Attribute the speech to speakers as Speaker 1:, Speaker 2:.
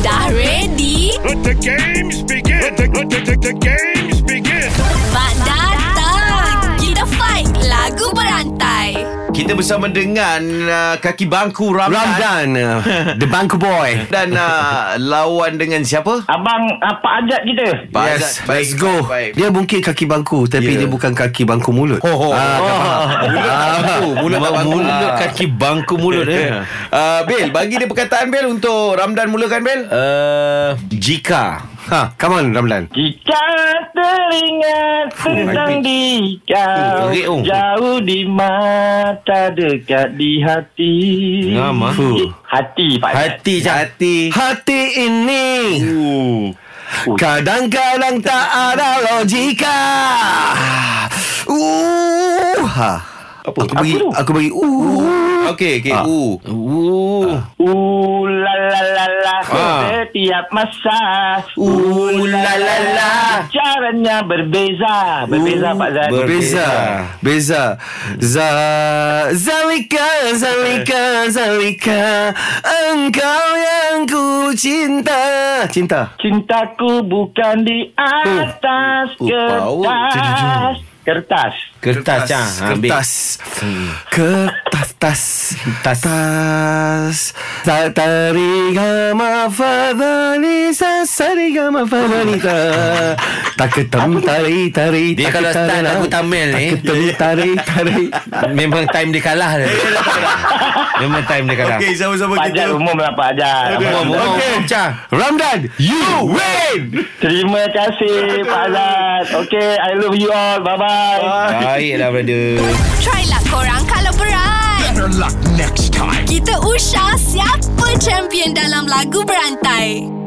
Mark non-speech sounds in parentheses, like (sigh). Speaker 1: Dah ready?
Speaker 2: Let the games begin. Let the, let the, the, the games begin.
Speaker 1: Mak datang! Kita fight lagu berantai.
Speaker 3: Kita bersama dengan uh, kaki bangku Ramdan, Ramdan.
Speaker 4: Ramdan uh, (laughs) The Bangku Boy
Speaker 3: dan
Speaker 4: (laughs)
Speaker 3: uh, lawan dengan siapa?
Speaker 5: Abang uh, Pak Ajat kita.
Speaker 3: Pak
Speaker 4: Yes
Speaker 3: Azad. Baik,
Speaker 4: Let's go
Speaker 3: baik, baik.
Speaker 4: Dia mungkin kaki bangku Tapi
Speaker 3: Yeah.
Speaker 4: dia bukan kaki bangku mulut Ah,
Speaker 3: ho. (laughs) Mulut tak bangku, mulut tak bangku. Ah.
Speaker 4: Mulut kaki bangku mulut
Speaker 3: (laughs)
Speaker 4: eh.
Speaker 3: Uh, Bil, bagi dia perkataan Bil untuk Ramdan mulakan Bil.
Speaker 4: Uh, jika Ha, come on Ramlan
Speaker 5: Jika teringat tentang
Speaker 4: Oh,
Speaker 5: dikau
Speaker 4: lerik, oh.
Speaker 5: Jauh di mata dekat di hati
Speaker 4: Ngam, ah.
Speaker 5: Eh, Hati Pak Ajat
Speaker 3: Hati.
Speaker 4: Hati ini
Speaker 3: Eh.
Speaker 4: Kadang-kadang tak ada logika Uh, ha. Apa? Aku bagi
Speaker 5: tu?
Speaker 4: aku bagi uh.
Speaker 3: Okey, okey.
Speaker 4: Ah.
Speaker 3: Uh.
Speaker 4: Uh.
Speaker 5: Ooh la la la la
Speaker 4: Ah.
Speaker 5: Setiap masa
Speaker 4: Ooh Uh, la la la.
Speaker 5: Caranya berbeza Berbeza Pak Zat
Speaker 4: Oh, Berbeza Beza Za Zalika Zalika Zalika Engkau yang ku cinta Cinta
Speaker 5: Cintaku bukan di atas
Speaker 3: Oh, bau.
Speaker 5: kertas Kertas
Speaker 4: Kertas Kertas Kertas Kertas Tas Tas Tas Ta- Tariga mafadani Sariga mafadani Ta- Taketam tari tari
Speaker 6: Dia kalau
Speaker 4: taketam,
Speaker 6: start lagu Tamil ni,
Speaker 4: Taketam tari tari
Speaker 6: Memang time dia kalah dah. Memang time dia kalah.
Speaker 3: Okey, sama-sama
Speaker 5: Pak Ajat
Speaker 3: kita.
Speaker 5: umum lah Pak Ajat
Speaker 6: Umum,
Speaker 5: Umum.
Speaker 6: umum, umum, Cah.
Speaker 4: Ramdan You win
Speaker 5: Terima kasih Pak Azat Okay I love you all Bye bye
Speaker 6: Baiklah brother.
Speaker 1: Try lah korang kalau berat.
Speaker 2: Better luck next time.
Speaker 1: Kita usah siapa champion dalam lagu berantai.